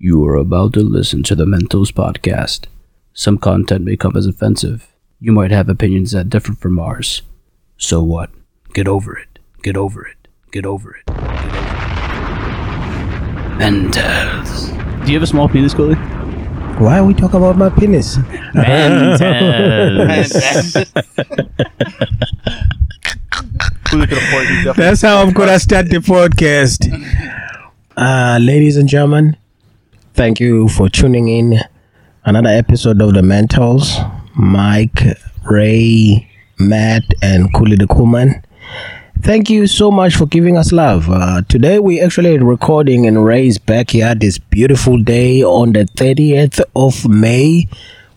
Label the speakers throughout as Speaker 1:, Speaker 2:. Speaker 1: You are about to listen to the Mentos podcast. Some content may come as offensive. You might have opinions that differ from ours. So what? Get over it. Get over it. Get over it. Get over it. Mentos. Do you have a small penis, Coley?
Speaker 2: Why we talk about my penis?
Speaker 3: Who could afford you definitely
Speaker 2: That's how I'm gonna start the podcast. Uh, ladies and gentlemen, thank you for tuning in. Another episode of the Mentals. Mike, Ray, Matt, and Cooley the Coolman. Thank you so much for giving us love. Uh, today we actually recording in Ray's backyard this beautiful day on the 30th of May,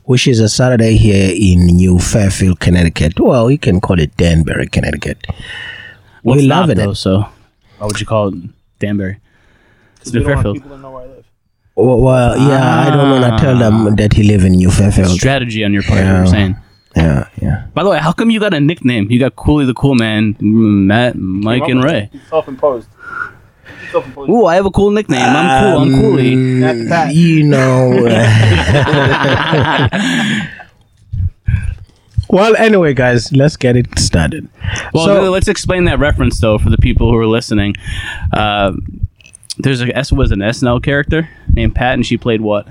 Speaker 2: which is a Saturday here in New Fairfield, Connecticut. Well, you can call it Danbury, Connecticut.
Speaker 1: Well,
Speaker 2: We're
Speaker 1: it's not,
Speaker 2: loving
Speaker 1: though,
Speaker 2: it.
Speaker 1: So, why would you call it Danbury? It's
Speaker 3: we
Speaker 1: New
Speaker 3: don't want
Speaker 1: Fairfield.
Speaker 3: people to know where I live.
Speaker 2: Well, well yeah, I don't want to tell them that he live in New Fairfield.
Speaker 1: Strategy on your part, you're
Speaker 2: Yeah.
Speaker 1: saying.
Speaker 2: yeah, yeah.
Speaker 1: By the way, how come you got a nickname? You got Cooley the Cool Man, Matt, Mike, and Ray.
Speaker 3: Self-imposed. Self-imposed.
Speaker 1: Ooh, I have a cool nickname. I'm cool. I'm
Speaker 2: Um,
Speaker 1: Cooley.
Speaker 3: That's that.
Speaker 2: You know. uh, well, anyway, guys, let's get it started.
Speaker 1: Well,
Speaker 2: So-
Speaker 1: really, let's explain that reference though for the people who are listening. Uh, there's a S was an SNL character named Pat, and she played what?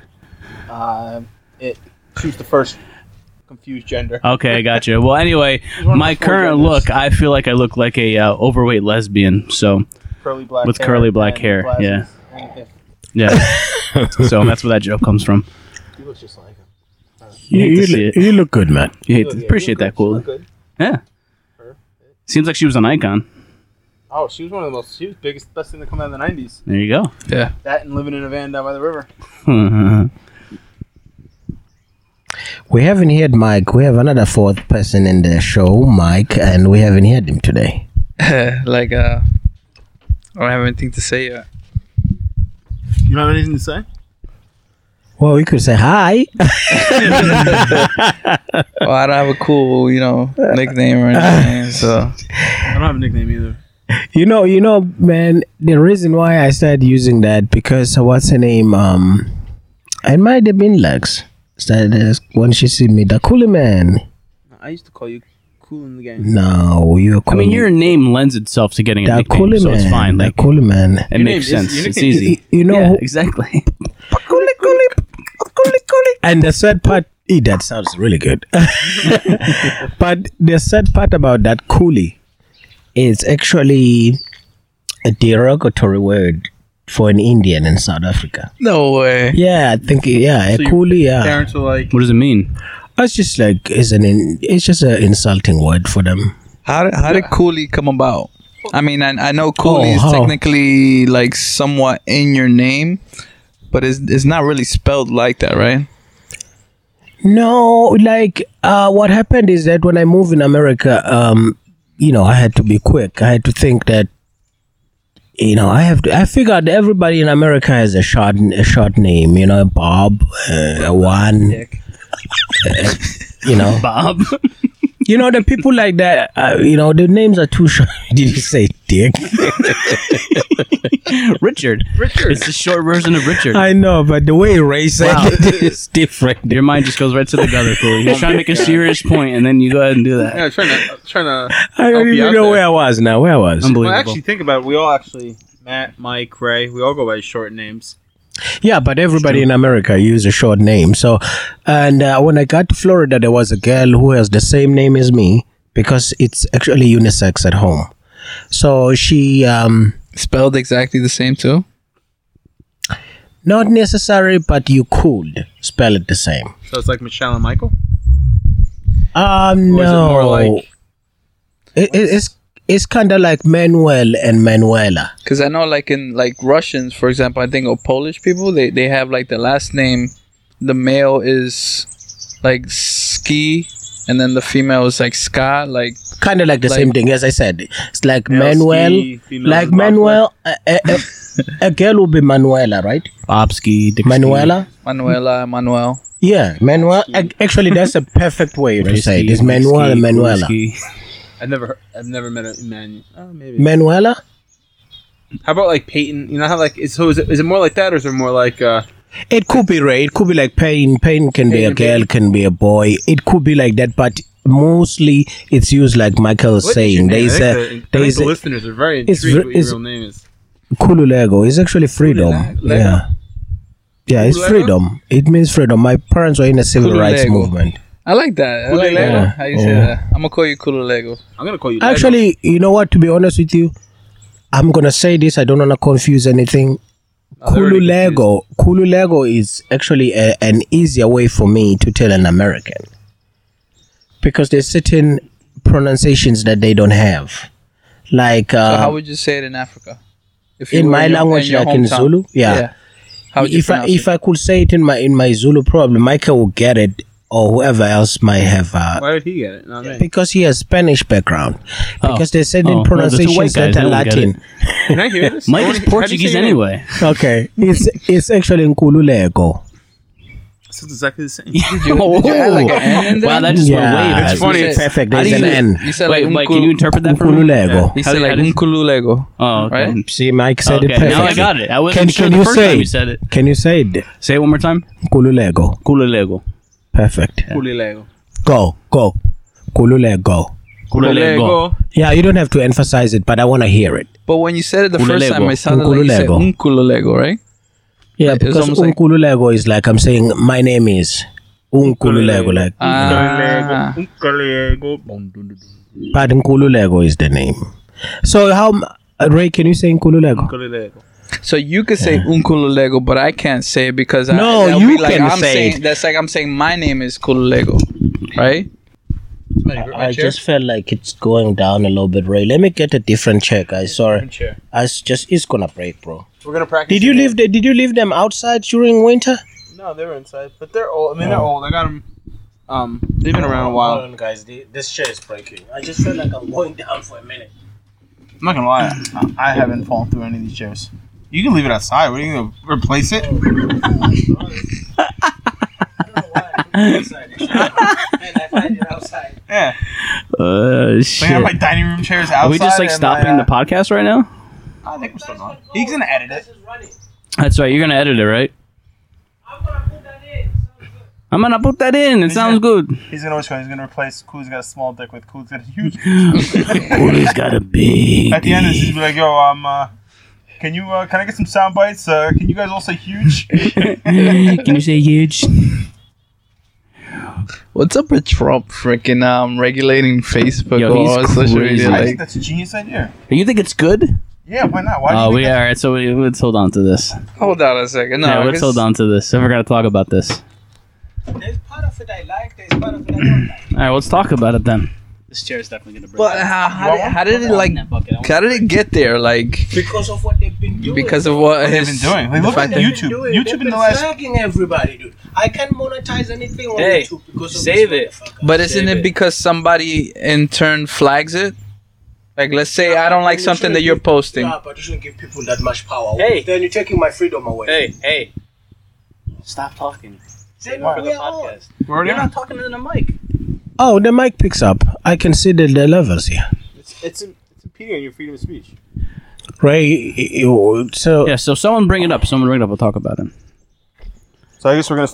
Speaker 3: Um, it choose the first confused gender.
Speaker 1: Okay, gotcha. Well, anyway,
Speaker 3: one of
Speaker 1: my
Speaker 3: the four
Speaker 1: current
Speaker 3: genders.
Speaker 1: look, I feel like I look like a uh, overweight lesbian. So
Speaker 3: curly black
Speaker 1: With
Speaker 3: hair
Speaker 1: curly black
Speaker 3: and
Speaker 1: hair,
Speaker 3: glasses.
Speaker 1: yeah.
Speaker 3: And if-
Speaker 1: yeah, so that's where that joke comes from.
Speaker 3: He looks just like him.
Speaker 1: You hate to
Speaker 2: you,
Speaker 1: see
Speaker 2: look,
Speaker 1: it.
Speaker 2: you look good, man.
Speaker 1: You hate
Speaker 3: Yeah,
Speaker 1: to
Speaker 3: yeah,
Speaker 1: appreciate
Speaker 3: he
Speaker 1: that,
Speaker 3: looked
Speaker 1: Cooley.
Speaker 3: good. She looked
Speaker 1: Yeah,
Speaker 3: good. Her.
Speaker 1: seems like she was an icon.
Speaker 3: Oh, she was one of the most. She was the biggest, best thing to come out of the '90s.
Speaker 1: There you go. Yeah.
Speaker 3: That and living in a van down by the river.
Speaker 2: We haven't heard Mike. We have another fourth person in the show, Mike, and we haven't heard him today.
Speaker 4: like uh I don't have anything to say yet.
Speaker 3: You don't have anything to say?
Speaker 2: Well, you could say hi.
Speaker 4: Well, I don't have a cool, you know, nickname or anything. So
Speaker 3: I don't have a nickname either.
Speaker 2: You know, you know, man. The reason why I started using that because what's her name? Um, it might have been Lex. Started as- when she see me, the coolie man.
Speaker 3: I used to call you cool in the game.
Speaker 2: No, you're.
Speaker 1: I
Speaker 2: Cool.
Speaker 1: mean, your name lends itself to getting a
Speaker 2: the
Speaker 1: nickname,
Speaker 2: coolie
Speaker 1: so
Speaker 2: man.
Speaker 1: it's fine.
Speaker 2: the
Speaker 1: Like
Speaker 2: coolie man.
Speaker 1: it
Speaker 3: Your name
Speaker 1: makes
Speaker 3: is-
Speaker 1: sense.
Speaker 3: your
Speaker 1: It's
Speaker 3: nickname is-
Speaker 1: easy.
Speaker 2: You- you know
Speaker 1: Yeah,
Speaker 2: who-
Speaker 1: exactly.
Speaker 2: Coolie, coolie, coolie, coolie. And the sad part. eh, that sounds really good. but the sad part about that coolie is actually a derogatory word for an Indian in South Africa.
Speaker 4: no way.
Speaker 2: Yeah, I think yeah,
Speaker 3: So
Speaker 2: a
Speaker 3: your
Speaker 2: coolie. Yeah.
Speaker 3: Parents were like,
Speaker 1: What does it mean?
Speaker 2: It's just like it's an in, it's just an insulting word for them.
Speaker 4: How did, how did coolie come about? I mean, I, I know coolie
Speaker 2: Oh,
Speaker 4: is
Speaker 2: how?
Speaker 4: technically like somewhat in your name, but it's it's not really spelled like that, right?
Speaker 2: No, like uh, what happened is that when I moved in America, um, you know, I had to be quick. I had to think that, you know, I have to. I figured everybody in America has a short a short name. You know, Bob, uh, Juan. uh, you know,
Speaker 1: Bob.
Speaker 2: you know the people like that. Uh, you know, the names are too short. Did you say Dick?
Speaker 1: Richard. Richard. It's the short version of Richard.
Speaker 2: I know, but the way Ray said
Speaker 1: Wow.
Speaker 2: it is different.
Speaker 1: Your mind just goes right to the gutter, Cooley. You're trying to make a serious point, and then you go ahead and do that.
Speaker 3: yeah, trying to, trying to.
Speaker 2: I
Speaker 3: Help
Speaker 2: don't
Speaker 3: you
Speaker 2: even
Speaker 3: out
Speaker 2: know
Speaker 3: there.
Speaker 2: where I was now. Where I was?
Speaker 1: Unbelievable.
Speaker 3: Well, actually, think about it. We all actually, Matt, Mike, Ray, we all go by short names.
Speaker 2: Yeah, but everybody in America use a short name. So, and uh, when I got to Florida, there was a girl who has the same name as me because it's actually unisex at home. So she, um,
Speaker 4: Spelled exactly the same too.
Speaker 2: not necessary, but you could spell it the same.
Speaker 3: So it's like Michelle and Michael.
Speaker 2: Um,
Speaker 3: Or is it
Speaker 2: no,
Speaker 3: more like-
Speaker 2: It- it- it's it's kind of like Manuel and Manuela.
Speaker 4: Because I know, like in like Russians, for example, I think or Polish people, they they have like the last name, the male is like ski, and then the female is like ska, like
Speaker 2: Kind of like the
Speaker 4: Like-
Speaker 2: same thing. As I said, it's like
Speaker 3: Male
Speaker 2: Manuel,
Speaker 3: ski, female
Speaker 2: like
Speaker 3: is Bachelor.
Speaker 2: Manuel. A, a, a, a girl will be Manuela, right?
Speaker 1: Bobski, Dick
Speaker 2: Manuela.
Speaker 4: Manuela, Manuel.
Speaker 2: Yeah, Manuel. ac- Actually, that's a perfect way to say it. It's Manuel and Manuela.
Speaker 3: I've never, heard, I've never met a man. Oh, maybe.
Speaker 2: Manuela?
Speaker 3: How about like Peyton? You know how like is so is it, is it more like that or is it more like uh
Speaker 2: It could be Ray. It could be like pain. Pain can be a girl, can be a boy. It could be like that, but mostly it's used like Michael's
Speaker 5: What is your
Speaker 2: saying.
Speaker 5: name?
Speaker 2: They
Speaker 5: I think
Speaker 2: say
Speaker 5: the- I think
Speaker 2: there is
Speaker 5: the
Speaker 2: a-
Speaker 5: listeners are very
Speaker 2: it's
Speaker 5: intrigued
Speaker 2: ver-
Speaker 5: what your
Speaker 2: it's-
Speaker 5: real name is.
Speaker 2: Kululego. It's actually freedom.
Speaker 4: Kululego?
Speaker 2: Yeah. Yeah, it's
Speaker 5: Kululego?
Speaker 2: freedom. It means freedom. My parents were in a civil rights
Speaker 4: Kululego.
Speaker 2: movement.
Speaker 4: I like that. I like
Speaker 2: Kululego.
Speaker 4: that. How you say
Speaker 2: Yeah.
Speaker 4: that? I'm gonna call you Kululego.
Speaker 5: I'm gonna call you. Lego.
Speaker 2: Actually, you know what? To be honest with you, I'm gonna say this. I don't wanna confuse anything.
Speaker 5: Oh, they're already
Speaker 2: Kululego. Kululego is actually a, an easier way for me to tell an American because there's certain pronunciations that they don't have. Like
Speaker 4: So
Speaker 2: uh,
Speaker 4: how would you say it in Africa? If
Speaker 2: in
Speaker 4: were
Speaker 2: my
Speaker 4: your-
Speaker 2: language,
Speaker 4: your
Speaker 2: like in
Speaker 4: hometown.
Speaker 2: Zulu, yeah.
Speaker 4: How would you
Speaker 2: if I
Speaker 4: pronounce
Speaker 2: if
Speaker 4: it?
Speaker 2: I could say it in my in my Zulu, probably Michael will get it, or whoever else might have. Uh,
Speaker 5: Why did he get it? Not me.
Speaker 2: because he has Spanish background, because they said in
Speaker 1: Oh, well, the two white
Speaker 2: pronunciations that
Speaker 1: guys,
Speaker 2: are
Speaker 1: they don't get it.
Speaker 2: Latin.
Speaker 5: Can I hear this? I
Speaker 1: Mike
Speaker 5: wanna-
Speaker 1: is
Speaker 5: how do you say
Speaker 1: Portuguese
Speaker 5: your name?
Speaker 1: anyway.
Speaker 2: Okay, it's it's actually in Kululego.
Speaker 5: Sounds exactly the same.
Speaker 4: did you add like an N in
Speaker 1: Oh. wow,
Speaker 4: there?
Speaker 1: that just went way.
Speaker 2: Yeah,
Speaker 1: past.
Speaker 5: It's funny,
Speaker 4: You
Speaker 5: it's-
Speaker 4: said-
Speaker 2: perfect.
Speaker 1: I
Speaker 2: There's an
Speaker 1: didn't
Speaker 2: N.
Speaker 4: You said like
Speaker 1: Wait, wait, can you
Speaker 4: Unkulu-
Speaker 1: interpret that for me?
Speaker 2: Kululego.
Speaker 1: How
Speaker 4: He said
Speaker 1: do you-
Speaker 4: like
Speaker 1: how do you-
Speaker 4: Unkululego.
Speaker 1: Oh, okay.
Speaker 4: Right?
Speaker 2: See, Mike said
Speaker 1: Okay,
Speaker 2: it perfect.
Speaker 1: now I got it. I wasn't
Speaker 2: Can-
Speaker 1: sure
Speaker 2: can
Speaker 1: the
Speaker 2: you
Speaker 1: first
Speaker 2: say-
Speaker 1: time you said it.
Speaker 2: Can you say it?
Speaker 1: Say it one more time.
Speaker 2: Kululego.
Speaker 1: Kululego.
Speaker 2: Perfect.
Speaker 5: Kulilego.
Speaker 2: Go go. Kululego.
Speaker 1: Kululego.
Speaker 2: Yeah, you don't have to emphasize it, but I want to hear it.
Speaker 4: But when you said it the first
Speaker 1: Unkululego.
Speaker 4: time, it sounded like you said
Speaker 2: Unkululego.
Speaker 4: Unkululego, right?
Speaker 2: Yeah,
Speaker 4: It's
Speaker 2: because
Speaker 4: almost like-
Speaker 2: Unkululego is like I'm saying my name is Unkululego, like
Speaker 4: Ah.
Speaker 5: Kulilego. Bum, dum, dum, dum.
Speaker 2: but Nkululego is the name. So how m- uh, Ray, can you say Nkululego?
Speaker 5: Kulilego.
Speaker 4: So you could say Unkululego, but I can't say it because
Speaker 2: No,
Speaker 4: I, that'll
Speaker 2: you
Speaker 4: be like
Speaker 2: can
Speaker 4: I'm
Speaker 2: say
Speaker 4: saying,
Speaker 2: it.
Speaker 4: That's like I'm saying my name is Kululego, right?
Speaker 2: I just felt like it's going down a little bit, Ray. Let me get a different chair, guys. Sorry,
Speaker 3: chair.
Speaker 2: I s- just it's gonna break, bro.
Speaker 3: We're gonna practice.
Speaker 2: Did you leave? The, did you leave them outside during winter?
Speaker 3: No, they were inside, but they're old. I mean, they're
Speaker 2: Oh.
Speaker 3: old. I got them. Um, they've been around a while.
Speaker 2: on, guys. This chair is breaking. I just felt like I'm going down for a minute.
Speaker 3: I'm not gonna lie, I, I haven't fallen through any of these chairs. You can leave it outside. What are you gonna replace it? Yeah,
Speaker 1: Uh,
Speaker 3: I have
Speaker 1: shit.
Speaker 3: my dining room chairs outside.
Speaker 1: Are we just like stopping the podcast right now?
Speaker 3: the? I think we're still going. He's gonna edit it.
Speaker 1: That's right. You're gonna edit it, right? I'm gonna put that in. It sounds good.
Speaker 3: He's gonna which one? He's gonna replace Cool's got a small dick with Cool's got a huge.
Speaker 1: Cooley's got a big.
Speaker 3: At the end, he's gonna be like, "Yo, um, uh, can you uh, can I get some sound bites? Uh, can you guys all say huge?"
Speaker 1: Can you say huge?
Speaker 4: What's up with Trump freaking um regulating Facebook
Speaker 1: Yo, he's
Speaker 4: or social media?
Speaker 1: crazy.
Speaker 3: I think
Speaker 4: Like,
Speaker 3: that's a genius idea.
Speaker 1: You think it's good?
Speaker 3: Yeah, why not? Why? do you
Speaker 1: Oh,
Speaker 3: think
Speaker 1: we
Speaker 3: that's-
Speaker 1: all right. So we, let's hold on to this.
Speaker 4: hold on a second. No,
Speaker 1: yeah, let's
Speaker 4: 'cause-
Speaker 1: hold on to this. I forgot to talk about this.
Speaker 2: There's part of it I like. There's part of it I don't like.
Speaker 1: All right, let's talk about it then. This chair is definitely gonna break.
Speaker 4: But how, how, did, how did it like? How did it get there? Like
Speaker 2: Because of what they've been doing.
Speaker 4: because of what,
Speaker 3: What they've been
Speaker 4: his-
Speaker 3: doing. Like, look at
Speaker 4: fact that-
Speaker 3: YouTube. YouTube in the last
Speaker 2: Slagging everybody, dude. I can't monetize anything on
Speaker 1: Hey,
Speaker 2: YouTube because of
Speaker 1: save it.
Speaker 2: this motherfucker.
Speaker 4: But isn't
Speaker 1: Save
Speaker 4: it
Speaker 1: it.
Speaker 4: because somebody in turn flags it? Like, let's say I don't like
Speaker 2: You
Speaker 4: something
Speaker 2: shouldn't
Speaker 4: that you're
Speaker 2: give-
Speaker 4: posting.
Speaker 2: Yeah, but you shouldn't give people that much power.
Speaker 1: Hey.
Speaker 2: Then you're taking my freedom away.
Speaker 1: Hey, hey, stop talking.
Speaker 2: Then
Speaker 3: Why?
Speaker 2: we are on.
Speaker 3: We're already on.
Speaker 1: talking to the mic.
Speaker 2: Oh, the mic picks up. I can see the, the levels here.
Speaker 3: It's, it's, it's impeding on your freedom of speech.
Speaker 2: Ray, you, so
Speaker 1: Yeah, so someone bring it up. Someone bring it up. We'll talk about it.
Speaker 3: So I guess we're gonna.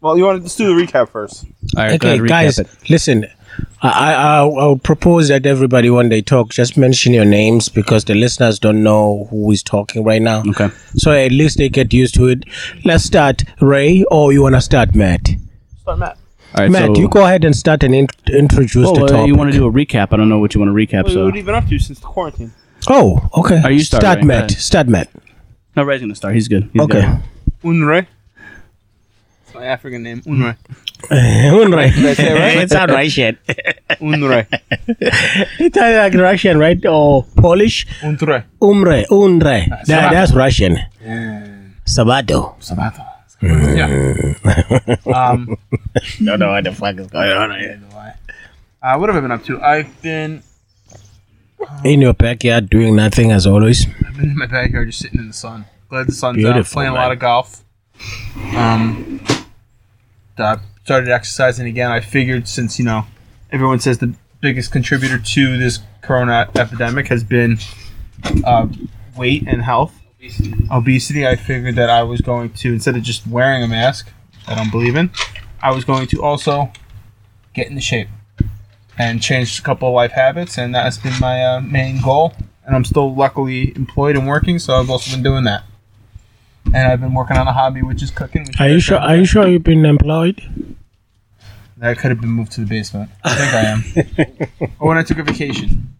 Speaker 3: Well, you want to just do the recap first.
Speaker 1: All right, go
Speaker 2: okay,
Speaker 1: ahead, recap
Speaker 2: guys,
Speaker 1: it.
Speaker 2: listen. I, I I I would propose that everybody when they talk, just mention your names because the listeners don't know who is talking right now.
Speaker 1: Okay.
Speaker 2: So at least they get used to it. Let's start, Ray, or you wanna start, Matt?
Speaker 3: Start Matt.
Speaker 1: All right,
Speaker 2: Matt,
Speaker 1: so,
Speaker 2: you go ahead and start and in- introduce
Speaker 4: Oh,
Speaker 1: Well,
Speaker 2: the
Speaker 1: uh,
Speaker 2: topic.
Speaker 1: you want to do a recap? I don't know what you want to recap.
Speaker 3: What,
Speaker 1: so
Speaker 3: what have you been up to since the quarantine?
Speaker 2: oh, okay.
Speaker 1: Oh, you start, Ray. Go
Speaker 2: Matt.
Speaker 1: ahead.
Speaker 2: Start, Matt.
Speaker 1: no, Ray's gonna start. He's good. He's
Speaker 2: Okay.
Speaker 1: good.
Speaker 3: Unre. It's my African name. Unre.
Speaker 2: Unre.
Speaker 4: it, right?
Speaker 2: it's not Russian.
Speaker 3: Unre.
Speaker 2: It's not like Russian, right? Or Polish.
Speaker 3: Unre.
Speaker 2: Umre. Unre.
Speaker 4: Uh,
Speaker 2: That, that's Russian. Sabato.
Speaker 3: Sabato. Yeah. um,
Speaker 2: No, no, what the fuck is going on here?
Speaker 3: uh, what have I been up to? I've been,
Speaker 2: In your backyard doing nothing as always.
Speaker 3: I've been in my backyard just sitting in the sun. Glad the sun's out.
Speaker 2: Beautiful,
Speaker 3: Playing a
Speaker 2: man.
Speaker 3: lot of golf. Um, I started exercising again. I figured since, you know, everyone says the biggest contributor to this corona epidemic has been uh, weight and health. obesity, I figured that I was going to instead of just wearing a mask I don't believe in, I was going to also get into shape and change a couple of life habits, and that's been my uh, main goal. And I'm still luckily employed and working, so I've also been doing that. And I've been working on a hobby, which is cooking. Which
Speaker 2: Are you sure? Are you sure you've been employed?
Speaker 3: That could have been moved to the basement. I think I am. or when I took a vacation,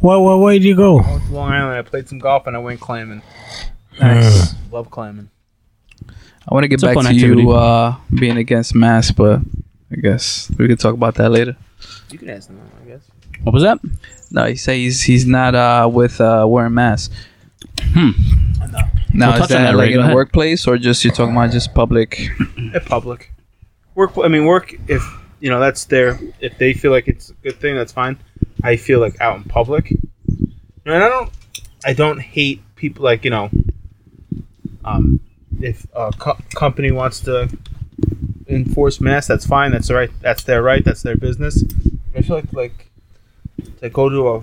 Speaker 2: Where, where, where did you go?
Speaker 3: I went to Long Island. I played some golf and I went clamming. Nice. Love clamming.
Speaker 4: I want to get
Speaker 1: It's a
Speaker 4: back
Speaker 1: fun
Speaker 4: to
Speaker 1: activity.
Speaker 4: you uh, being against masks, but I guess we could talk about that later.
Speaker 5: You can ask them, I guess.
Speaker 1: What was that?
Speaker 4: No, he says he's, he's not uh, with uh, wearing masks.
Speaker 1: Hmm.
Speaker 4: Now
Speaker 1: We'll
Speaker 4: is
Speaker 1: touch on
Speaker 4: that,
Speaker 1: that, Ray,
Speaker 4: like
Speaker 1: go
Speaker 4: in
Speaker 1: ahead.
Speaker 4: a workplace or just you're talking about just public?
Speaker 3: At public.
Speaker 5: Work. I mean, work. If you know, that's their. If they feel like it's a good thing, that's fine. I feel like out in public. You know, and I don't. I don't hate people like you know. Um, if a co- company wants to enforce masks, that's fine. That's the right. That's their right. That's their business. I feel like like to go to a,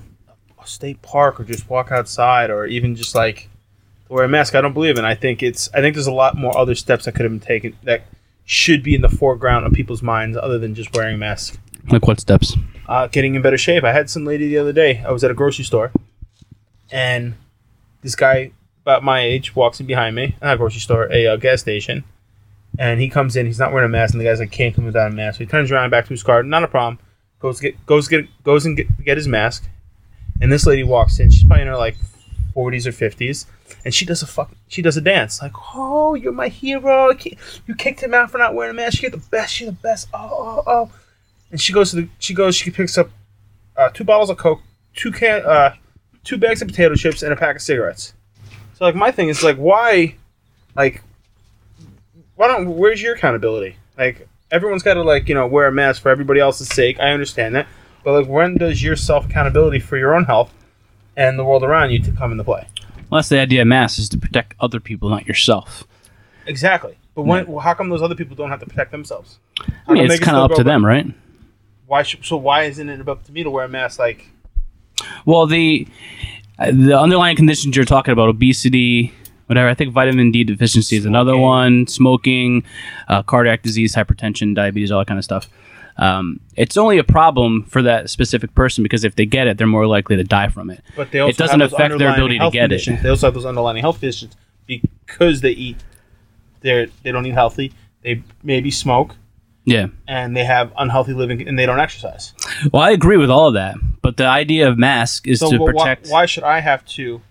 Speaker 5: a state park or just walk outside or even just like wear a mask. I don't believe in. I think it's. I think there's a lot more other steps that could have been taken that should be in the foreground of people's minds other than just wearing a mask.
Speaker 1: Like what steps?
Speaker 5: Uh, getting in better shape. I had some lady the other day. I was at a grocery store, and
Speaker 3: this guy about my age walks in behind me, not a grocery store, a uh, gas station, and he comes in. He's not wearing a mask, and the guy's like, "Can't come without a mask." So he turns around back to his car, not a problem. Goes get goes get goes and get, get his mask, and this lady walks in. She's probably in her like forties or fifties, and she does a fuck. She does a dance like, "Oh, you're my hero! I can't- You kicked him out for not wearing a mask. You're the best. You're the best. Oh, oh, oh!" And she goes to the she goes she picks up uh, two bottles of Coke, two can uh, two bags of potato chips, and a pack of cigarettes. So like my thing is like why, like, why don't where's your accountability? Like everyone's got to like you know wear a mask for everybody else's sake. I understand that, but like when does your self accountability for your own health and the world around you to come into play?
Speaker 1: Well, that's the idea of masks is to protect other people, not yourself.
Speaker 3: Exactly. But when well, how come those other people don't have to protect themselves?
Speaker 1: I mean,
Speaker 3: They
Speaker 1: it's
Speaker 3: can
Speaker 1: kind
Speaker 3: still
Speaker 1: of up
Speaker 3: go
Speaker 1: to
Speaker 3: back-
Speaker 1: them, right?
Speaker 3: Why should, so why isn't it up to me to wear a mask? Like
Speaker 1: Well, the uh, the underlying conditions you're talking about, obesity, whatever. I think vitamin D deficiency is another
Speaker 3: Smoking.
Speaker 1: one. Smoking, uh, cardiac disease, hypertension, diabetes, all that kind of stuff. Um, it's only a problem for that specific person because if they get it, they're more likely to die from it.
Speaker 3: But they also
Speaker 1: doesn't
Speaker 3: have those
Speaker 1: affect their
Speaker 3: underlying
Speaker 1: ability to
Speaker 3: health
Speaker 1: get it.
Speaker 3: conditions. They also have those underlying health conditions because they eat. They're they don't eat healthy. They maybe smoke
Speaker 1: Yeah.
Speaker 3: and they have unhealthy living and they don't exercise.
Speaker 1: Well, I agree with all of that, but the idea of mask is
Speaker 3: So
Speaker 1: to
Speaker 3: wh-
Speaker 1: protect.
Speaker 3: why, why should I have to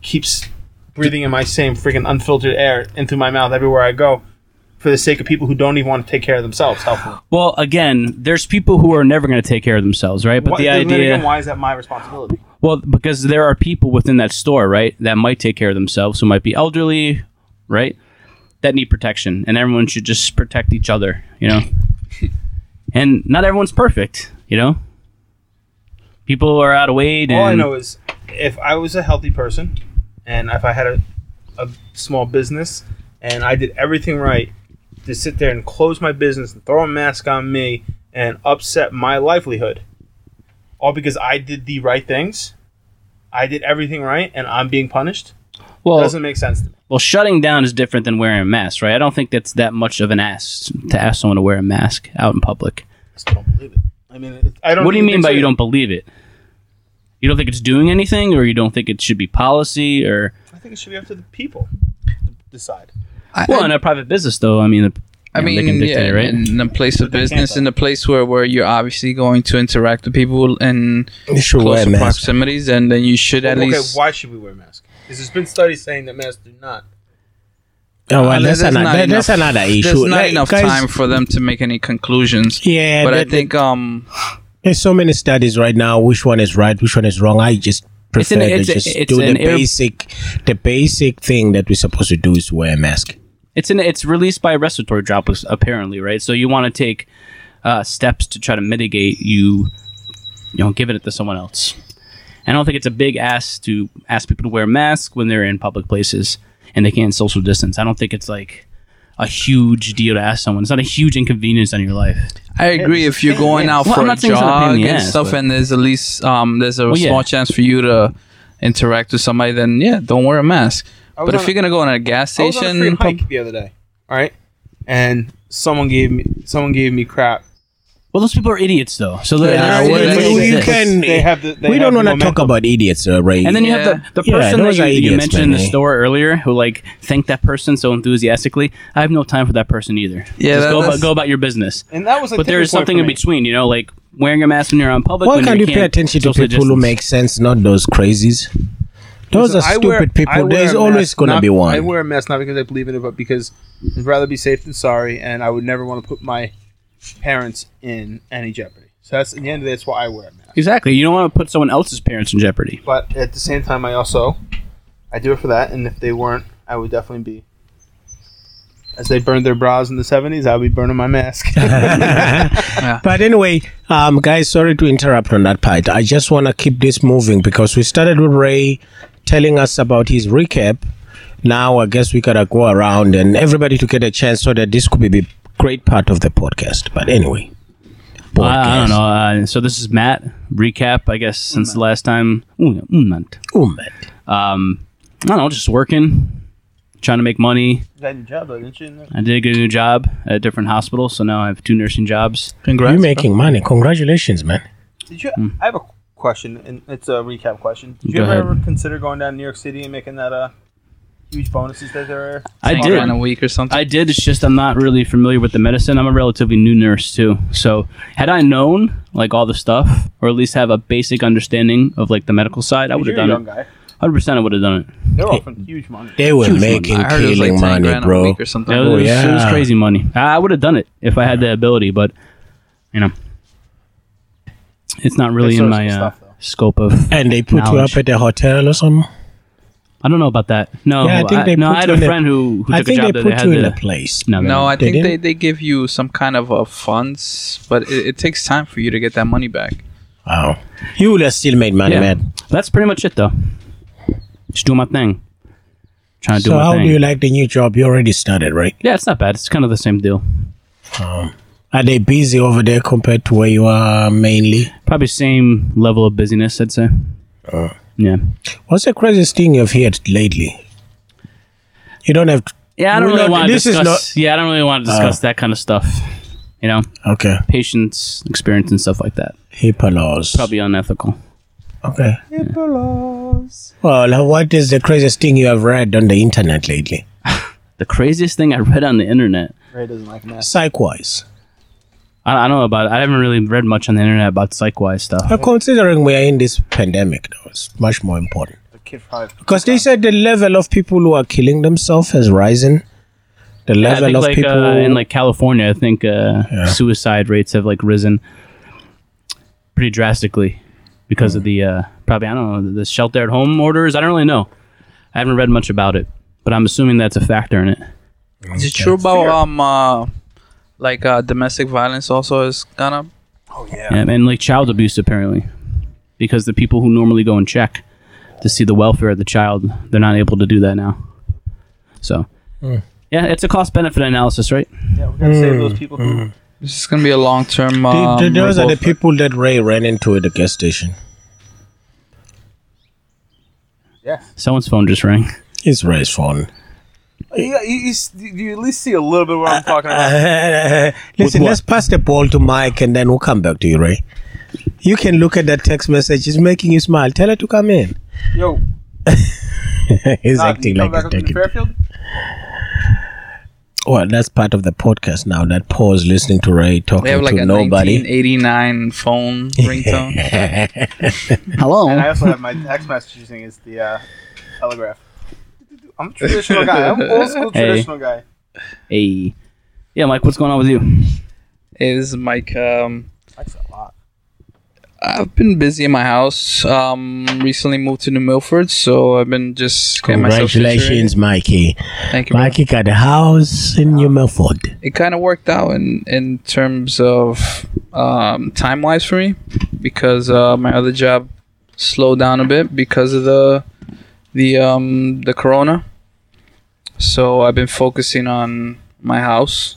Speaker 3: keep s- breathing in my same freaking unfiltered air into my mouth everywhere I go for the sake of people who don't even want to take care of themselves healthily?
Speaker 1: Well, again, there's people who are never going to take care of themselves, right? But
Speaker 3: Why-
Speaker 1: the
Speaker 3: then
Speaker 1: idea.
Speaker 3: again, why is that my responsibility?
Speaker 1: Well, because there are people within that store, right, that might take care of themselves, who might be elderly, right, that need protection, and everyone should just protect each other, you know. and not everyone's perfect, you know. People are out of weight, and
Speaker 3: All I know is if I was a healthy person and if I had a, a small business and I did everything right to sit there and close my business and throw a mask on me and upset my livelihood, all because I did the right things, I did everything right and I'm being punished,
Speaker 1: well,
Speaker 3: doesn't make sense to me.
Speaker 1: well, shutting down is different than wearing a mask, right? I don't think that's that much of an ask to ask someone to wear a mask out in public.
Speaker 3: I still don't believe it. I mean, it- I don't.
Speaker 1: What do you
Speaker 3: even
Speaker 1: mean
Speaker 3: think
Speaker 1: by
Speaker 3: so.
Speaker 1: you don't believe it? You don't think it's doing anything, or you don't think it should be policy, or
Speaker 3: I think it should be up to the people to decide.
Speaker 4: I,
Speaker 1: Well, in a private business, though, I mean, the,
Speaker 4: I
Speaker 1: you know,
Speaker 4: mean,
Speaker 1: they can dictate, it,
Speaker 4: yeah,
Speaker 1: right?
Speaker 4: in a place of
Speaker 3: But they can't,
Speaker 4: business,
Speaker 3: though.
Speaker 4: in a place where, where you're obviously going to interact with people in
Speaker 2: You should wear
Speaker 4: close
Speaker 2: a mask.
Speaker 4: proximities, and then you should at
Speaker 3: okay,
Speaker 4: least.
Speaker 3: why should we wear masks? Because there's been studies saying that masks do not.
Speaker 2: Oh, well,
Speaker 4: Uh,
Speaker 2: that's,
Speaker 4: there's
Speaker 2: another,
Speaker 4: not
Speaker 2: that- that's
Speaker 4: enough-
Speaker 2: another issue.
Speaker 4: There's not
Speaker 2: Like,
Speaker 4: enough
Speaker 2: guys,
Speaker 4: time for them to make any conclusions.
Speaker 2: Yeah,
Speaker 4: but I
Speaker 2: that-
Speaker 4: think um,
Speaker 2: There's so many studies right now. Which one is right? Which one is wrong? I just
Speaker 1: It's an-
Speaker 2: prefer
Speaker 1: it's a-
Speaker 2: to just
Speaker 1: it's
Speaker 2: do the
Speaker 1: an air-
Speaker 2: basic, the basic thing that we're supposed to do is wear a mask.
Speaker 1: It's in, it's released by respiratory droplets, apparently, right? So you want to take uh, steps to try to mitigate you, you know, giving it to someone else. I don't think it's a big ask to ask people to wear masks when they're in public places and they can't social distance. I don't think it's like a huge deal to ask someone. It's not a huge inconvenience on your life.
Speaker 4: I agree. If you're going out
Speaker 1: Well,
Speaker 4: for
Speaker 1: I'm
Speaker 4: a
Speaker 1: not saying it's not a pain
Speaker 4: jog
Speaker 1: in the
Speaker 4: and
Speaker 1: ass,
Speaker 4: stuff,
Speaker 1: but-
Speaker 4: and there's at least um, there's a
Speaker 1: Well, yeah.
Speaker 4: small chance for you to interact with somebody, then yeah, don't wear a mask.
Speaker 3: was
Speaker 4: But if
Speaker 3: on
Speaker 4: you're gonna go in a gas
Speaker 3: I was on a free
Speaker 4: station, pub-
Speaker 3: hike the other day, all right, and someone gave me someone gave me crap.
Speaker 1: Well, those people are idiots, though. So they're,
Speaker 4: Yeah,
Speaker 1: they're-
Speaker 4: well,
Speaker 1: they
Speaker 4: that's-
Speaker 1: don't
Speaker 4: you
Speaker 1: exist.
Speaker 2: can-
Speaker 3: They have the. They
Speaker 2: we
Speaker 3: have
Speaker 2: don't
Speaker 3: the
Speaker 2: want to
Speaker 3: momentum.
Speaker 2: talk about idiots, uh, Ray.
Speaker 1: And then you
Speaker 4: Yeah.
Speaker 1: have the, the
Speaker 2: Yeah,
Speaker 1: person that
Speaker 2: those
Speaker 1: you,
Speaker 2: are
Speaker 1: you
Speaker 2: idiots,
Speaker 1: mentioned in the
Speaker 2: man.
Speaker 1: store earlier who like thanked that person so enthusiastically. I have no time for that person either.
Speaker 4: Yeah,
Speaker 1: Just
Speaker 4: that-
Speaker 1: go
Speaker 4: that's-
Speaker 1: about, go about your business.
Speaker 3: And that was. A
Speaker 1: But there is something in between, you know, like wearing a mask when you're on public.
Speaker 2: Why
Speaker 1: when
Speaker 2: can't you
Speaker 1: you
Speaker 2: pay attention to people
Speaker 1: social
Speaker 2: who
Speaker 1: distance.
Speaker 2: make sense, not those crazies? Those are
Speaker 3: I
Speaker 2: stupid
Speaker 3: wear- I
Speaker 2: people.
Speaker 3: wear
Speaker 2: There's
Speaker 3: a
Speaker 2: always
Speaker 3: mask
Speaker 2: gonna
Speaker 3: not-
Speaker 2: be one.
Speaker 3: I wear a mask not because I believe in it, but because I'd rather be safe than sorry, and I would never want to put my parents in any jeopardy. So that's in the end of the day, that's why I wear a mask.
Speaker 1: Exactly. You don't want to put someone else's parents in jeopardy.
Speaker 3: But at the same time, I also I do it for that, and if they weren't, I would definitely be. As they burned their bras in the seventies, I'd be burning my mask.
Speaker 2: But anyway, um, guys, sorry to interrupt on that part. I just want to keep this moving because we started with Ray telling us about his recap. Now I guess we gotta go around and everybody to get a chance so that this could be a great part of the podcast. But anyway,
Speaker 1: Uh, I don't know. Uh, so this is Matt recap, I guess, since the last time. Un, un month.
Speaker 2: Oh man,
Speaker 1: Um, I don't know, just working, trying to make money.
Speaker 3: Got your job, though, didn't you?
Speaker 1: I did get a new job at a different hospital, so now I have two nursing jobs.
Speaker 2: you're making money. Congratulations, man.
Speaker 3: Did you? I have a question, and it's a recap question. Did you
Speaker 1: Hmm. Go
Speaker 3: ever,
Speaker 1: ahead.
Speaker 3: ever consider going down to New York City and making that uh, huge bonuses that there are?
Speaker 1: I
Speaker 4: ten
Speaker 1: did.
Speaker 4: grand a week or something.
Speaker 1: I did. It's just I'm not really familiar with the medicine. I'm a relatively new nurse too. So had I known like all the stuff, or at least have a basic understanding of like the medical side, I would
Speaker 3: You're
Speaker 1: have
Speaker 3: a
Speaker 1: done
Speaker 3: young
Speaker 1: it.
Speaker 3: guy.
Speaker 1: Hundred percent, I would have done it.
Speaker 3: They're offering huge money.
Speaker 2: They were
Speaker 1: Huge money.
Speaker 2: making
Speaker 4: I heard it was like
Speaker 2: killing
Speaker 4: ten
Speaker 2: money,
Speaker 4: grand a
Speaker 2: bro.
Speaker 4: week or something.
Speaker 1: It was, it was
Speaker 2: Oh, yeah.
Speaker 1: crazy money. I, I would have done it if I had the ability, but you know, it's not really
Speaker 3: There's
Speaker 1: in
Speaker 3: some
Speaker 1: my uh,
Speaker 3: stuff, though.
Speaker 1: scope of.
Speaker 2: And they put you
Speaker 1: Knowledge.
Speaker 2: up at a hotel or something.
Speaker 1: I don't know about that. No,
Speaker 2: Yeah, I
Speaker 1: I
Speaker 2: think they
Speaker 1: no,
Speaker 2: put
Speaker 1: I had
Speaker 2: you
Speaker 1: a
Speaker 2: in a-
Speaker 1: friend who, who
Speaker 2: I
Speaker 1: took a
Speaker 2: think
Speaker 1: job
Speaker 2: they
Speaker 1: that they
Speaker 2: put
Speaker 1: had
Speaker 2: you in a
Speaker 1: to.
Speaker 2: place.
Speaker 1: No, they
Speaker 4: No,
Speaker 1: didn't.
Speaker 4: I
Speaker 2: They
Speaker 4: think they,
Speaker 2: didn't?
Speaker 4: they give you some kind of a funds, but it, it takes time for you to get that money back.
Speaker 2: Wow, you would have still made money,
Speaker 1: Yeah.
Speaker 2: man.
Speaker 1: That's pretty much it, though. Just doing my thing. Trying to do
Speaker 2: so
Speaker 1: my
Speaker 2: how
Speaker 1: thing.
Speaker 2: do you like the new job? You already started, right?
Speaker 1: yeah, it's not bad. It's kind of the same deal.
Speaker 2: Are they busy over there compared to where you are mainly?
Speaker 1: Probably same level of busyness, I'd say. yeah.
Speaker 2: What's the craziest thing you've heard lately? You don't have. To,
Speaker 1: Yeah, I don't
Speaker 2: We're
Speaker 1: really
Speaker 2: not-
Speaker 1: want to
Speaker 2: this is
Speaker 1: discuss. yeah, I don't really want to discuss that kind of stuff. You know,
Speaker 2: okay,
Speaker 1: patients' experience and stuff like that.
Speaker 2: HIPAA laws.
Speaker 1: Probably unethical.
Speaker 2: Okay. HIPAA laws. Well, what is the craziest thing you have read on the internet lately?
Speaker 1: The craziest thing I read on the internet.
Speaker 3: Ray doesn't like math.
Speaker 2: Psych-wise,
Speaker 1: I, I don't know about. It. I haven't really read much on the internet about psych-wise stuff.
Speaker 2: Uh, considering we are in this pandemic, though, it's much more important
Speaker 3: The kid probably.
Speaker 1: Mm.
Speaker 2: because they said the level of people who are killing themselves has risen. The
Speaker 1: Yeah, I
Speaker 2: level
Speaker 1: think
Speaker 2: of
Speaker 1: like
Speaker 2: people
Speaker 1: uh, in like California, I think uh, suicide rates have like risen pretty drastically because of the uh, probably I don't know the shelter at home orders. I don't really know. I haven't read much about it, but I'm assuming that's a factor in it.
Speaker 4: Is it true about um uh, like uh, domestic violence also has gone up?
Speaker 1: Yeah, and like child abuse apparently, because the people who normally go and check to see the welfare of the child, they're not able to do that now. So, yeah, it's a cost benefit analysis, right?
Speaker 3: Yeah, we're gonna save those people. who
Speaker 1: Mm.
Speaker 4: This is gonna be a long term.
Speaker 2: The-
Speaker 4: Um,
Speaker 2: the- those are the
Speaker 4: revolt.
Speaker 2: people that Ray ran into at the gas station.
Speaker 1: Someone's phone just rang.
Speaker 2: It's Ray's phone.
Speaker 3: You, you, you, s- you at least see a little bit what
Speaker 2: Uh,
Speaker 3: I'm talking about.
Speaker 2: Listen, let's pass the ball to Mike and then we'll come back to you, Ray. You can look at that text message. It's making you smile. Tell her to come in.
Speaker 3: Yo,
Speaker 2: He's
Speaker 3: Doc,
Speaker 2: acting
Speaker 3: you
Speaker 2: like he's
Speaker 3: come back up to
Speaker 2: taking.
Speaker 3: Fairfield.
Speaker 2: Well, that's part of the podcast now. That pause listening to Ray
Speaker 4: They
Speaker 2: talking
Speaker 4: have like
Speaker 2: to
Speaker 4: a
Speaker 2: nobody.
Speaker 4: 1989 phone ringtone.
Speaker 3: And I
Speaker 1: Hello.
Speaker 3: also have my text message using is the uh, telegraph. I'm a traditional guy. I'm old school
Speaker 1: Hey.
Speaker 3: traditional guy.
Speaker 1: Hey. Yeah, Mike, what's going on with you?
Speaker 4: hey, this is Mike. Um,
Speaker 3: That's a lot.
Speaker 4: I've been busy in my house. Um, recently moved to New Milford, so I've been just getting myself situated.
Speaker 2: Congratulations, Mikey.
Speaker 4: Thank you.
Speaker 2: Mikey got a house in New Milford.
Speaker 4: it kind of worked out in in terms of um, time wise for me because uh, my other job slowed down a bit because of the the um, the corona. So I've been focusing on my house,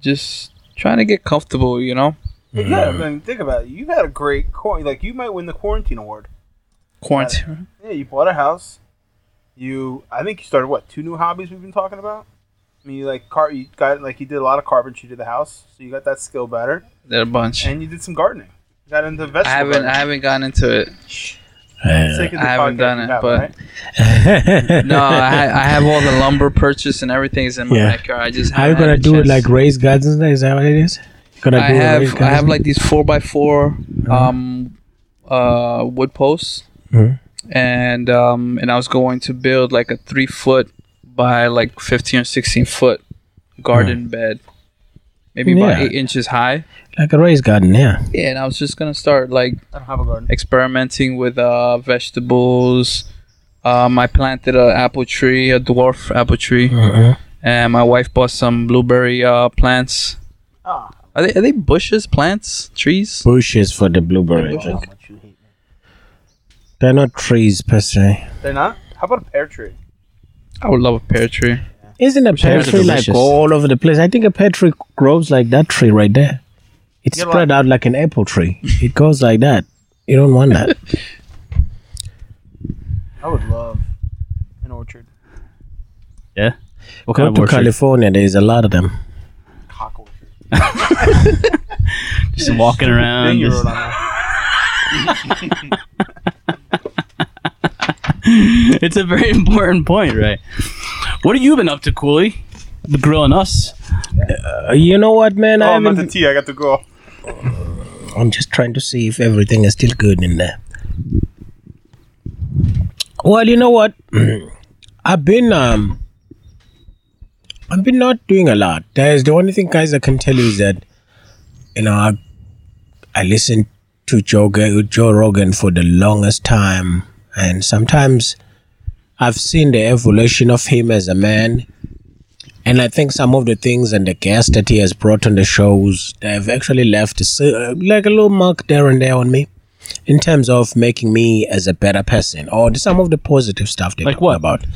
Speaker 4: just trying to get comfortable. You know,
Speaker 3: Yeah, I mean, think about it. You got a great quarantine. Like you might win the quarantine award.
Speaker 4: quarantine.
Speaker 5: Yeah, you bought a house. You, I think you started what two new hobbies we've been talking about. I mean, you like car, you got like you did a lot of carpentry to the house, so you got that skill better,
Speaker 4: There are a bunch.
Speaker 5: and you did some gardening. You got into vegetable.
Speaker 4: I haven't. I haven't gotten into it.
Speaker 2: Uh,
Speaker 5: haven't,
Speaker 4: I haven't done it, but No, I, I have all the lumber purchased and everything's in my
Speaker 2: Yeah.
Speaker 4: backyard. I just
Speaker 2: are you
Speaker 4: haven't
Speaker 2: gonna
Speaker 4: had a
Speaker 2: do it
Speaker 4: chance.
Speaker 2: like raised gardens? Is that what it is? You gonna
Speaker 4: I
Speaker 2: do a
Speaker 4: have
Speaker 2: raised
Speaker 4: I have
Speaker 2: garden?
Speaker 4: like these four by four
Speaker 2: Uh-huh.
Speaker 4: um uh wood posts
Speaker 2: Mhm.
Speaker 4: and um and I was going to build like a three foot by like fifteen or sixteen foot garden bed. Maybe about
Speaker 2: Uh-huh. Yeah.
Speaker 4: eight inches high.
Speaker 2: like a raised garden, yeah.
Speaker 4: Yeah, and I was just gonna start like
Speaker 5: I don't have a garden.
Speaker 4: experimenting with uh vegetables. Um I planted an apple tree, a dwarf apple tree.
Speaker 1: Mm-hmm.
Speaker 2: Mhm.
Speaker 4: and my wife bought some blueberry uh, plants.
Speaker 5: Ah,
Speaker 4: Are they are they bushes, plants, trees?
Speaker 2: Bushes for the blueberries.
Speaker 5: how
Speaker 2: like-
Speaker 5: much you hate me.
Speaker 2: They're not trees per se.
Speaker 5: They're not. How about a pear tree?
Speaker 4: I would love a pear tree.
Speaker 2: Isn't a pear
Speaker 1: Pears are
Speaker 2: tree like
Speaker 1: delicious.
Speaker 2: all over the place? I think a pear tree grows like that tree right there. It's
Speaker 5: Yeah, but-
Speaker 2: spread out like an apple tree. it goes like that. You don't want that.
Speaker 5: I would love an orchard.
Speaker 1: What
Speaker 2: Go to California. There's a lot of them.
Speaker 5: Cock orchard.
Speaker 1: Just walking around.
Speaker 5: Thing you
Speaker 1: just-
Speaker 5: wrote on there.
Speaker 1: it's a very important point, right? What have you been up to, Cooley? The grilling us.
Speaker 2: Uh, you know what, man? I
Speaker 5: Oh, I'm
Speaker 2: haven't
Speaker 5: at the tea. I got to go.
Speaker 2: I'm just trying to see if everything is still good in there. Well, you know what? I've been um I've been not doing a lot. There's the only thing guys I can tell you is that you know I I listened to Joe Ga- Joe Rogan for the longest time and sometimes I've seen the evolution of him as a man. And I think some of the things and the guests that he has brought on the shows, they've actually left a cer- like a little mark there and there on me in terms of making me as a better person or the- some of the positive stuff they
Speaker 1: Like
Speaker 2: talk
Speaker 1: what?
Speaker 2: about.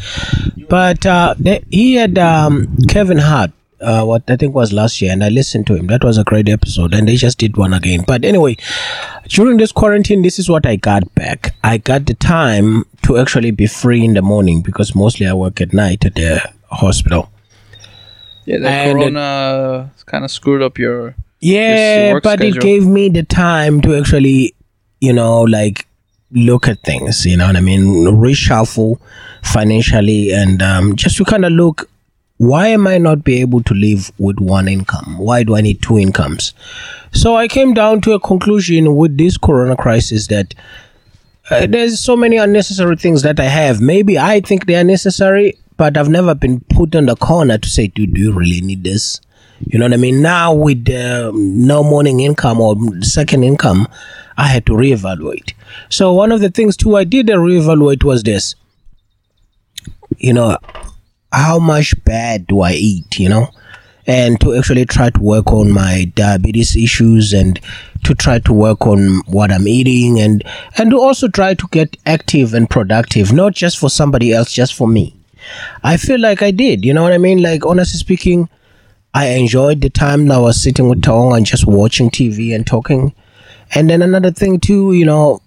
Speaker 2: But uh, they, he had um, Kevin Hart, uh, what I think was last year, and I listened to him. That was a great episode, and they just did one again. But anyway, during this quarantine, this is what I got back. I got the time to actually be free in the morning because mostly I work at night at the hospital.
Speaker 4: Yeah, that
Speaker 2: And it-
Speaker 4: corona kind of screwed up your.
Speaker 2: Yeah,
Speaker 4: work
Speaker 2: but
Speaker 4: schedule.
Speaker 2: it gave me the time to actually, you know, like look at things, you know what I mean? Reshuffle financially and um, just to kind of look why am I not be able to live with one income? Why do I need two incomes? So I came down to a conclusion with this corona crisis that uh, there's so many unnecessary things that I have. Maybe I think they are necessary, but I've never been put on the corner to say, dude, do you really need this? You know what I mean? Now with uh, no morning income or second income, I had to reevaluate. So one of the things too I did reevaluate was this. You know, how much bad do I eat? You know, and to actually try to work on my diabetes issues and to try to work on what I'm eating and and to also try to get active and productive, not just for somebody else, just for me. I feel like I did. You know what I mean? Like honestly speaking. I enjoyed the time that I was sitting with Tong and just watching TV and talking. And then another thing too, you know,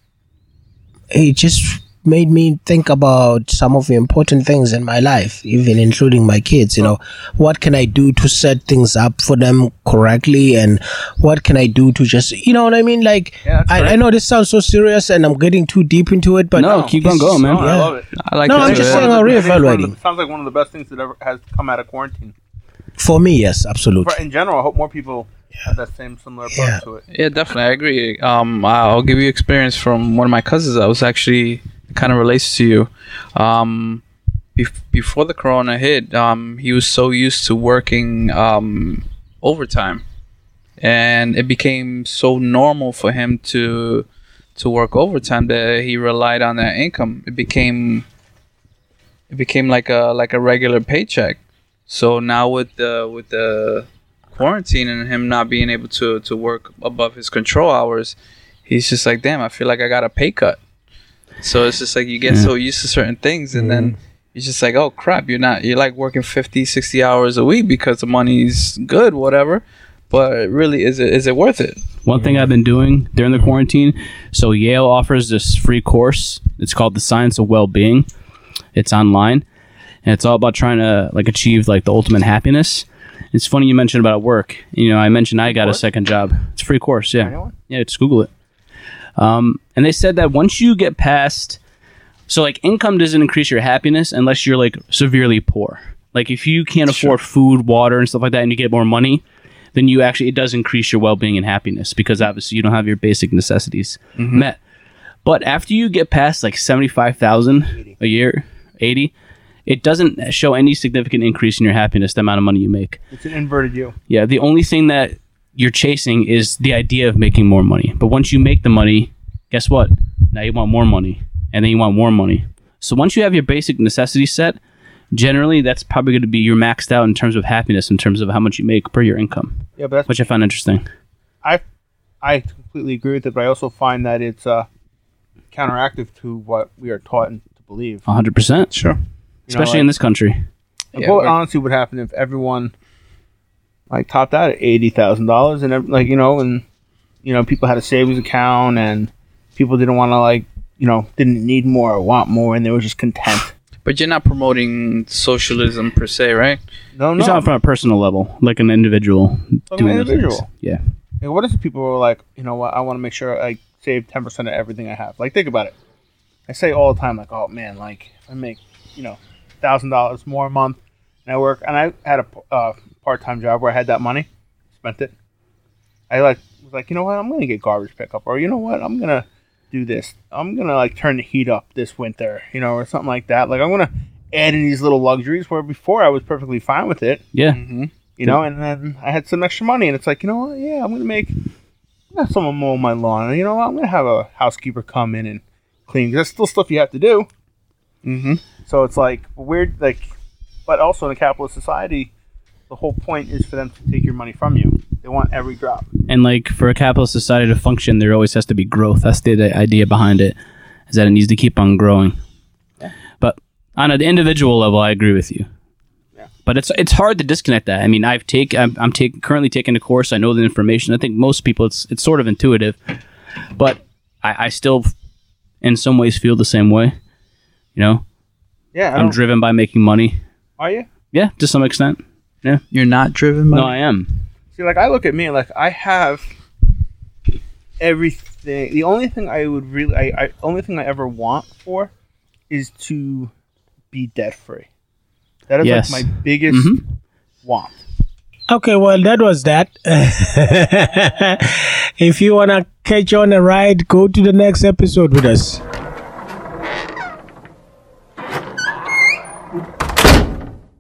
Speaker 2: it just made me think about some of the important things in my life, even including my kids. You know, what can I do to set things up for them correctly, and what can I do to just, you know what I mean? Like, I, I know this sounds so serious, and I'm getting too deep into it, but
Speaker 1: No, keep on
Speaker 2: it's-
Speaker 1: going, man.
Speaker 5: Oh, I
Speaker 2: Yeah.
Speaker 5: love it.
Speaker 4: I like.
Speaker 2: No,
Speaker 4: that
Speaker 2: I'm
Speaker 4: too.
Speaker 2: just
Speaker 4: Yeah.
Speaker 2: saying, I'm
Speaker 5: I think it's one of the-
Speaker 2: reevaluating.
Speaker 5: Sounds like one of the best things that ever has come out of quarantine.
Speaker 2: For me, yes, absolutely.
Speaker 5: But in general, I hope more people have that same similar approach
Speaker 2: Yeah.
Speaker 5: to it.
Speaker 4: Yeah, definitely. I agree. Um, I'll give you experience from one of my cousins. I was actually kind of relates to you. Um, bef- before the corona hit, um, he was so used to working um, overtime, and it became so normal for him to to work overtime that he relied on that income. It became it became like a like a regular paycheck. So now with the with the quarantine and him not being able to to work above his control hours, he's just like, damn, I feel like I got a pay cut. So it's just like you get so used to certain things and then you're just like, oh crap, you're not you're like working 50, 60 hours a week because the money's good, whatever. But really, is it is it worth it?
Speaker 1: One thing I've been doing during the quarantine, so Yale offers this free course. It's called The Science of Well-being. It's online, and it's all about trying to like achieve like the ultimate happiness. It's funny you mentioned about work. You know, I mentioned I got a second job. It's a free course, yeah. Yeah, just Google it. Um, and they said that once you get past so like income doesn't increase your happiness unless you're like severely poor. Like if you can't afford food, water, and stuff like that, and you get more money, then you actually it does increase your well-being and happiness because obviously you don't have your basic necessities met. But after you get past like 75,000 a year, 80, it doesn't show any significant increase in your happiness the amount of money you make.
Speaker 3: It's an inverted U.
Speaker 1: Yeah, the only thing that you're chasing is the idea of making more money. But once you make the money, guess what? Now you want more money, and then you want more money. So once you have your basic necessity set, generally that's probably going to be you're maxed out in terms of happiness, in terms of how much you make per your income
Speaker 3: Yeah, but that's
Speaker 1: which I found interesting.
Speaker 3: I completely agree with it, but I also find that it's uh, counteractive to what we are taught and to believe.
Speaker 1: 100%.
Speaker 4: Sure.
Speaker 1: Especially in this country.
Speaker 3: And
Speaker 4: Yeah,
Speaker 3: what
Speaker 4: we're-
Speaker 3: honestly would happen if everyone like topped out at eighty thousand dollars and ev- like you know and you know people had a savings account and people didn't want to like you know didn't need more or want more and they were just content.
Speaker 4: But you're not promoting socialism per se, right?
Speaker 3: No,
Speaker 1: You're
Speaker 3: no.
Speaker 1: talking from a personal level, like an individual
Speaker 3: Like an
Speaker 1: doing those things.
Speaker 3: individual.
Speaker 1: Yeah.
Speaker 3: Like, what if people were like, you know what? I want to make sure I save ten percent of everything I have. Like think about it. I say all the time, like, oh man, like if I make you know thousand dollars more a month and I work and I had a uh, part time job where I had that money, spent it. I like was like, you know what? I'm gonna get garbage pickup, or you know what? I'm gonna do this. I'm gonna like turn the heat up this winter, you know, or something like that. Like I'm gonna add in these little luxuries where before I was perfectly fine with it
Speaker 1: Yeah.
Speaker 4: Mm-hmm.
Speaker 3: you know, and then I had some extra money, and it's like, you know what? Yeah, I'm gonna make I'm gonna have someone mow my lawn, and you know what? I'm gonna have a housekeeper come in and clean. 'cause That's still stuff you have to do.
Speaker 4: Mm-hmm.
Speaker 3: So it's like weird, like, but also in a capitalist society, the whole point is for them to take your money from you. They want every drop.
Speaker 1: And like for a capitalist society to function, there always has to be growth. That's the, the idea behind it, is that it needs to keep on growing. But on an individual level, I agree with you. But it's it's hard to disconnect that. I mean, I've take I'm, I'm take, currently taking a course. I know the information. I think most people it's it's sort of intuitive, but I, I still, in some ways, feel the same way. You know,
Speaker 3: Yeah, I
Speaker 1: I'm
Speaker 3: don't,
Speaker 1: driven by making money.
Speaker 3: are you?
Speaker 1: Yeah, to some extent.
Speaker 4: You're not driven by.
Speaker 1: No, I am.
Speaker 3: See, like I look at me, like I have everything. The only thing I would really, I, I only thing I ever want for is to be debt free. That is
Speaker 1: Yes.
Speaker 3: like my biggest
Speaker 1: Mhm.
Speaker 3: want.
Speaker 2: Okay, well, that was that. if you want to catch on a ride, go to the next episode with us.